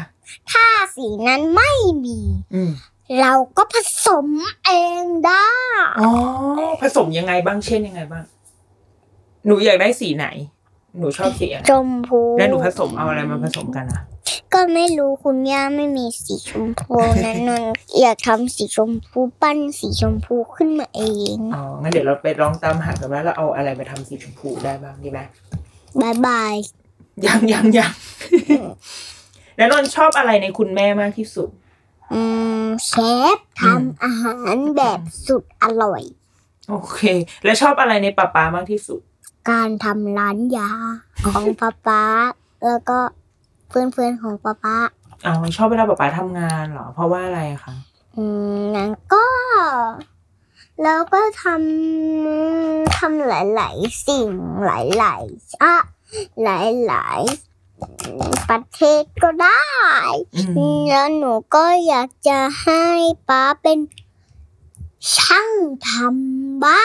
Speaker 4: ถ้าสีนั้นไม่มี
Speaker 3: อืม
Speaker 4: เราก็ผสมเองได้
Speaker 3: อ๋อผสมยังไงบ้างเช่นยังไงบ้าง หนูอยากได้สีไหน หนูชอบสีอะไร
Speaker 4: ชมพู
Speaker 3: แล้วหนูผสมเอาอะไรมาผสมกันอะ
Speaker 4: ก็ไม่รู้คุณย่าไม่มีสีชมพูนั้นนนท์อยากทำสีชมพูปั้นสีชมพูขึ้นมาเอง
Speaker 3: อ๋องั้นเดี๋ยวเราไปลองตามหากันว่าเราเอาอะไรมาทำสีชมพูได้บ้างดีไหม
Speaker 4: บายบาย
Speaker 3: ยังยังยัง แล้วนนท์ชอบอะไรในคุณแม่มากที่สุด
Speaker 4: อืมเชฟท
Speaker 3: อืม
Speaker 4: ำอาหารแบบสุดอร่อย
Speaker 3: โอเค แล้วชอบอะไรในป๊าป๊ามากที่สุด
Speaker 4: การทำร้านยาของป๊าป๊าแล้วก็เพื่อนๆของป๊าป๊า
Speaker 3: อ๋อชอบเวลาป๊าป๊าทำงานเหรอ เพราะว่าอะไรอะคะ
Speaker 4: อืมนั้นก็ แล้วก็ทำทำหลายๆสิ่งหลายๆอะหลายๆประเทศก็ได้
Speaker 3: อืม
Speaker 4: แล้วหนูก็อยากจะให้ป๊าเป็นช่างทำบ้า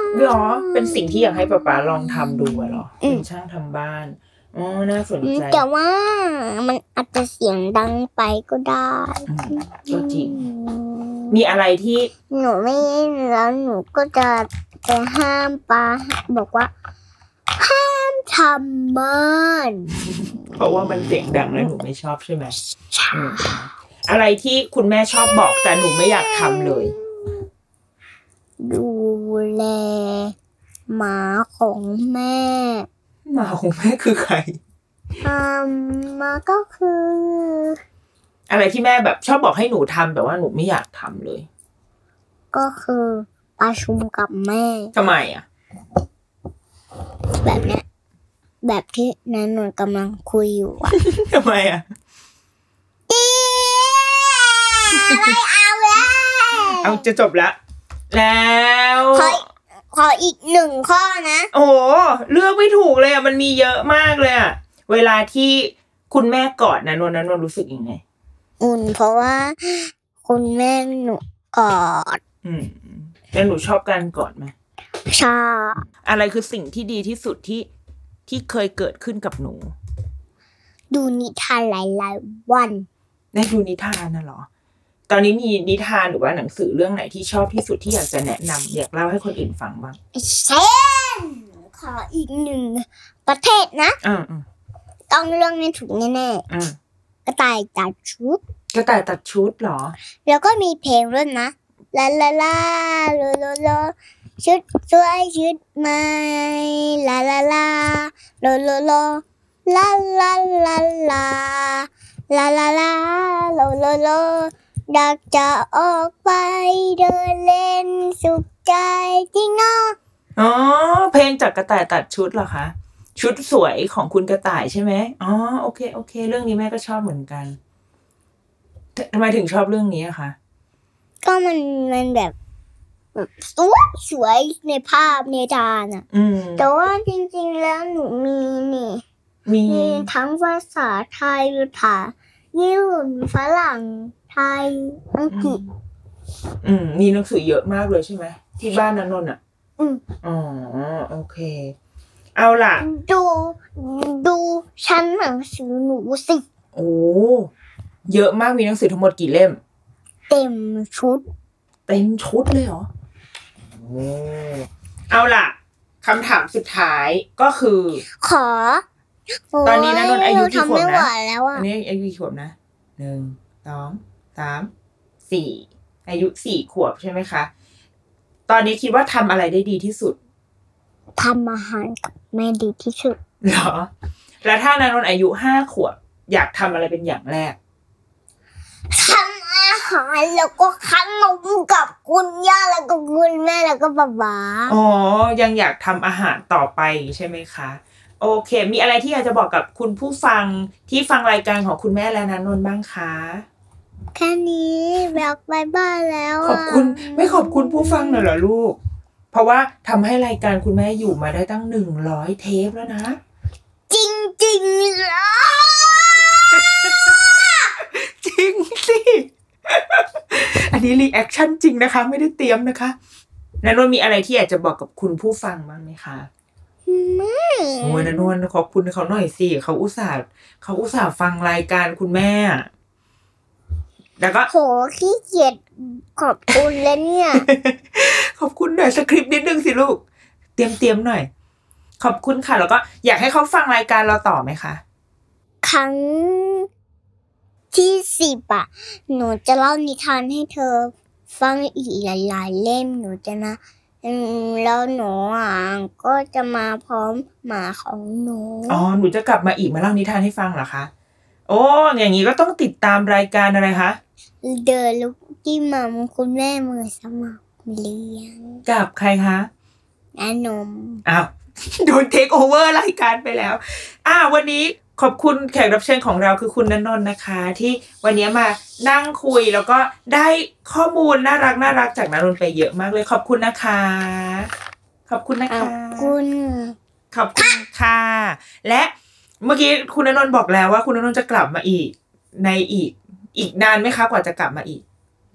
Speaker 4: น
Speaker 3: หรอ เป็นสิ่งที่อยากให้ป๊าป๊าลองทำดูอะเหรอ
Speaker 4: อืม
Speaker 3: เป็นช่างทำบ้าน อ๋อ น่าสน
Speaker 4: อืม
Speaker 3: ใจ
Speaker 4: แต่ว่ามันอาจจะเสียงดังไปก็ได้
Speaker 3: อืมก็จริง
Speaker 4: อืม
Speaker 3: มีอะไรที่
Speaker 4: หนูไม่แล้วหนูก็จะไปห้ามป้าบอกว่า ห้ามทำบ้าน
Speaker 3: เพราะว่ามันเสียงดังแล้วหนูไม่ชอบใช่ไหมอืมอะไรที่คุณแม่ชอบบอกแต่หนูไม่อยากทำเลย
Speaker 4: ดูแลหมาของแม่
Speaker 3: หมาของแม่คือใคร
Speaker 4: อืมมาก็คือ
Speaker 3: อะไรที่แม่แบบชอบบอกให้หนูทำแต่ว่าหนูไม่อยากทำเลย
Speaker 4: ก็คือประชุมกับแม่
Speaker 3: ทำไมอ่ะ
Speaker 4: แบบเนี้ยแบบที่นันนนกำลังคุยอยู่อะ
Speaker 3: ทำไมอ่ะ
Speaker 4: ไม่เอาแล้ว
Speaker 3: เอาจะจบละ แล้ว
Speaker 4: ขอขออีกหนึ่งข้อนะ
Speaker 3: โอ้โห เลือกไม่ถูกเลยอ่ะ มันมีเยอะมากเลยอ่ะ เวลาที่คุณแม่กอดนะนวลนะนวลรู้สึกยังไง
Speaker 4: อุ่นเพราะว่าคุณแม่หนูกอด
Speaker 3: อืมแล้วหนูชอบการกอดไหม
Speaker 4: ชอบ
Speaker 3: อะไรคือสิ่งที่ดีที่สุดที่ที่เคยเกิดขึ้นกับหนู
Speaker 4: ดูนิทานหลายๆวัน
Speaker 3: ได้ดูนิทานนะเหรอ ตอนนี้มีนิทานหรือว่าหนังสือเรื่องไหนที่ชอบที่สุดที่อยากจะแนะนำอยากเล่าให้คนอื่นฟังบ้าง
Speaker 4: เช่น ขออีกหนึ่งประเทศนะ
Speaker 3: อ่าอ่า
Speaker 4: ต้องเรื่องนี้ถูกแน่
Speaker 3: อ่า
Speaker 4: ๆกระต่ายจัดชุด
Speaker 3: กระต่ายตัดชุดเหรอ
Speaker 4: แล้วก็มีเพลงด้วยนะ ลาลาลาโลโลโลชุดสวยชุดใหม่ลาลาลาโลโลโลลาลาลาลา ลาลาลาโลโลโลอยากจะออกไปเดินเล่นสุขใจจริงเนาะ
Speaker 3: อ๋อเพลงจากกระต่ายตัดชุดเหรอคะชุดสวยของคุณกระต่ายใช่ไหมอ๋อโอเคโอเค เรื่องนี้แม่ก็ชอบเหมือนกันททำไมถึงชอบเรื่องนี้อะคะ
Speaker 4: ก็มันมันแบบแบบสวยสวยในภาพในจานอะ
Speaker 3: อืม
Speaker 4: แต่ว่าจริงๆแล้วหนูมีนี่
Speaker 3: มี
Speaker 4: มีทั้งภาษาไทยภาษาญี่ปุ่นฝรั่งไทยอังกฤษ
Speaker 3: อืมมีหนังสือเยอะมากเลยใช่ไหมที่บ้านนันนนท์อ่ะ
Speaker 4: อืม
Speaker 3: อ๋อโอเค เอาล่ะ
Speaker 4: ดูดูชั้นหนังสือหนูสิ
Speaker 3: โอ้เยอะมากมีหนังสือทั้งหมดกี่เล่ม
Speaker 4: เต็มชุด
Speaker 3: เต็มชุดเลยเหรอโอ้เอาล่ะคำถามสุดท้ายก็คือ
Speaker 4: ขอ
Speaker 3: ตอนนี้นะนนท์อายุกี่ขวบนะ
Speaker 4: ทำไม่ไหวแล้วอ่ะ
Speaker 3: อันนี้อายุกี่ขวบนะหนึ่งสองสามสี่อายุสี่ขวบใช่ไหมคะ ตอนนี้คิดว่าทำอะไรได้ดีที่สุด
Speaker 4: ทำอาหารกับแม่ดีที่สุด
Speaker 3: เหรอ แล้วถ้านานนท์อายุห้าขวบ อยากทำอะไรเป็นอย่างแรก
Speaker 4: ทำอาหารแล้วก็คั้นนมกับคุณย่าแล้วก็คุณแม่แล้วก็ป๊าป๊า
Speaker 3: อ๋อ ยังอยากทำอาหารต่อไปใช่ไหมคะ โอเค มีอะไรที่อยากจะบอกกับคุณผู้ฟังที่ฟังรายการของคุณแม่และนันนนท์บ้างคะ
Speaker 4: แค่นี้แบบไปบ้านแล้วะ
Speaker 3: ขอบคุณไม่ขอบคุณผู้ฟังหน่อยเหรอลูก เพราะว่าทำให้รายการคุณแม่อยู่มาได้ตั้งหนึ่งร้อยเทปแล้วนะ
Speaker 4: จริงจริงๆแล้ว
Speaker 3: จริงสิ อันนี้รีแอคชั่นจริงนะคะ ไม่ได้เตรียมนะคะนันนวลมีอะไรที่อยากจะบอกกับคุณผู้ฟังบ้างไหมคะ
Speaker 4: ไม่
Speaker 3: โอ้ยนันนวลขอบคุณเขาหน่อยสิเขาอุตส่าห์เขาอุตส่าห์ฟังรายการคุณแม่ แล้วก็ (laughs)
Speaker 4: โหขี้เกียจขอบคุณแล้วเนี่ย (laughs)
Speaker 3: ขอบคุณหน่อยสคริปต์นิดนึงสิลูก เตรียมเตรียมหน่อย ขอบคุณค่ะ แล้วก็อยากให้เขาฟังรายการเราต่อไหมคะ
Speaker 4: ครั้งที่สิบอะหนูจะเล่านิทานให้เธอ ฟังอีกหลายๆเล่มหนูจะนะ อืมแล้วหนูอ่ะก็จะมาพร้อมหมาของหนู
Speaker 3: อ๋อ หนูจะกลับมาอีกมาเล่านิทานให้ฟังเหรอคะ โอ้อย่างนี้ก็ต้องติดตามรายการอะไรคะ
Speaker 4: เดินลุกที่มัมคุณแม่มือสมัครเลี้ยง
Speaker 3: กับใครคะ
Speaker 4: นานม
Speaker 3: อ้าว (laughs) โดนเทคโอเวอร์รายการไปแล้ว อ่า วันนี้ขอบคุณแขกรับเชิญของเราคือคุณนนนท์นะคะ ที่วันนี้มานั่งคุยแล้วก็ได้ข้อมูลน่ารักน่ารักจากนนนท์ไปเยอะมากเลยขอบคุณนะคะ ขอบคุณนะ
Speaker 4: ข
Speaker 3: คะ
Speaker 4: อบคุณ
Speaker 3: ขอบคุณค่ะ และเมื่อกี้คุณอนนท์บอกแล้วว่าคุณอนนท์จะกลับมาอีก ในอีก อีกนานไหมคะ กว่าจะกลับมาอีก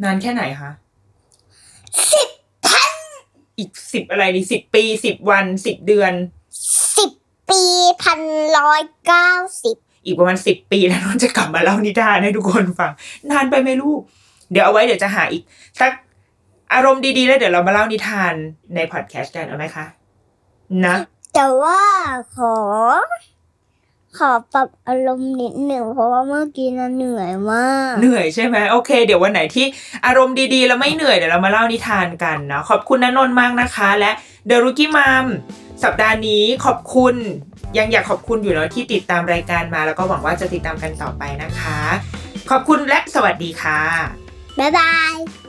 Speaker 3: นานแค่ไหนคะ
Speaker 4: สิบพัน
Speaker 3: อีกสิบอะไรดีสิบปีสิบวันสิบเดือน
Speaker 4: สิบปีพันร้อยเก้าสิบ
Speaker 3: อีกประมาณสิบปีแล้วนนท์จะกลับมาเล่านิทานให้ทุกคนฟัง นานไปไหมลูก เดี๋ยวเอาไว้เดี๋ยวจะหาอีกสักอารมณ์ดีๆ แล้วเดี๋ยวเรามาเล่านิทานในพอดแคสต์กันเอาไหมคะนะ
Speaker 4: แต่ว่าขอ ขอปรับอารมณ์นิดหนึ่งเพราะว่าเมื่อกี้น่ะเหนื่อยมาก
Speaker 3: เหนื่อยใช่ไหมโอเค เดี๋ยววันไหนที่อารมณ์ดีๆ แล้วไม่เหนื่อยเดี๋ยวเรามาเล่านิทานกันเนาะขอบคุณนนนท์มากนะคะ และเดรุกี้ม m มสัปดาห์นี้ขอบคุณยังอยากขอบคุณอยู่เนาะที่ติดตามรายการมา แล้วก็หวังว่าจะติดตามกันต่อไปนะคะ ขอบคุณและสวัสดีค่ะ
Speaker 4: บ๊ายบาย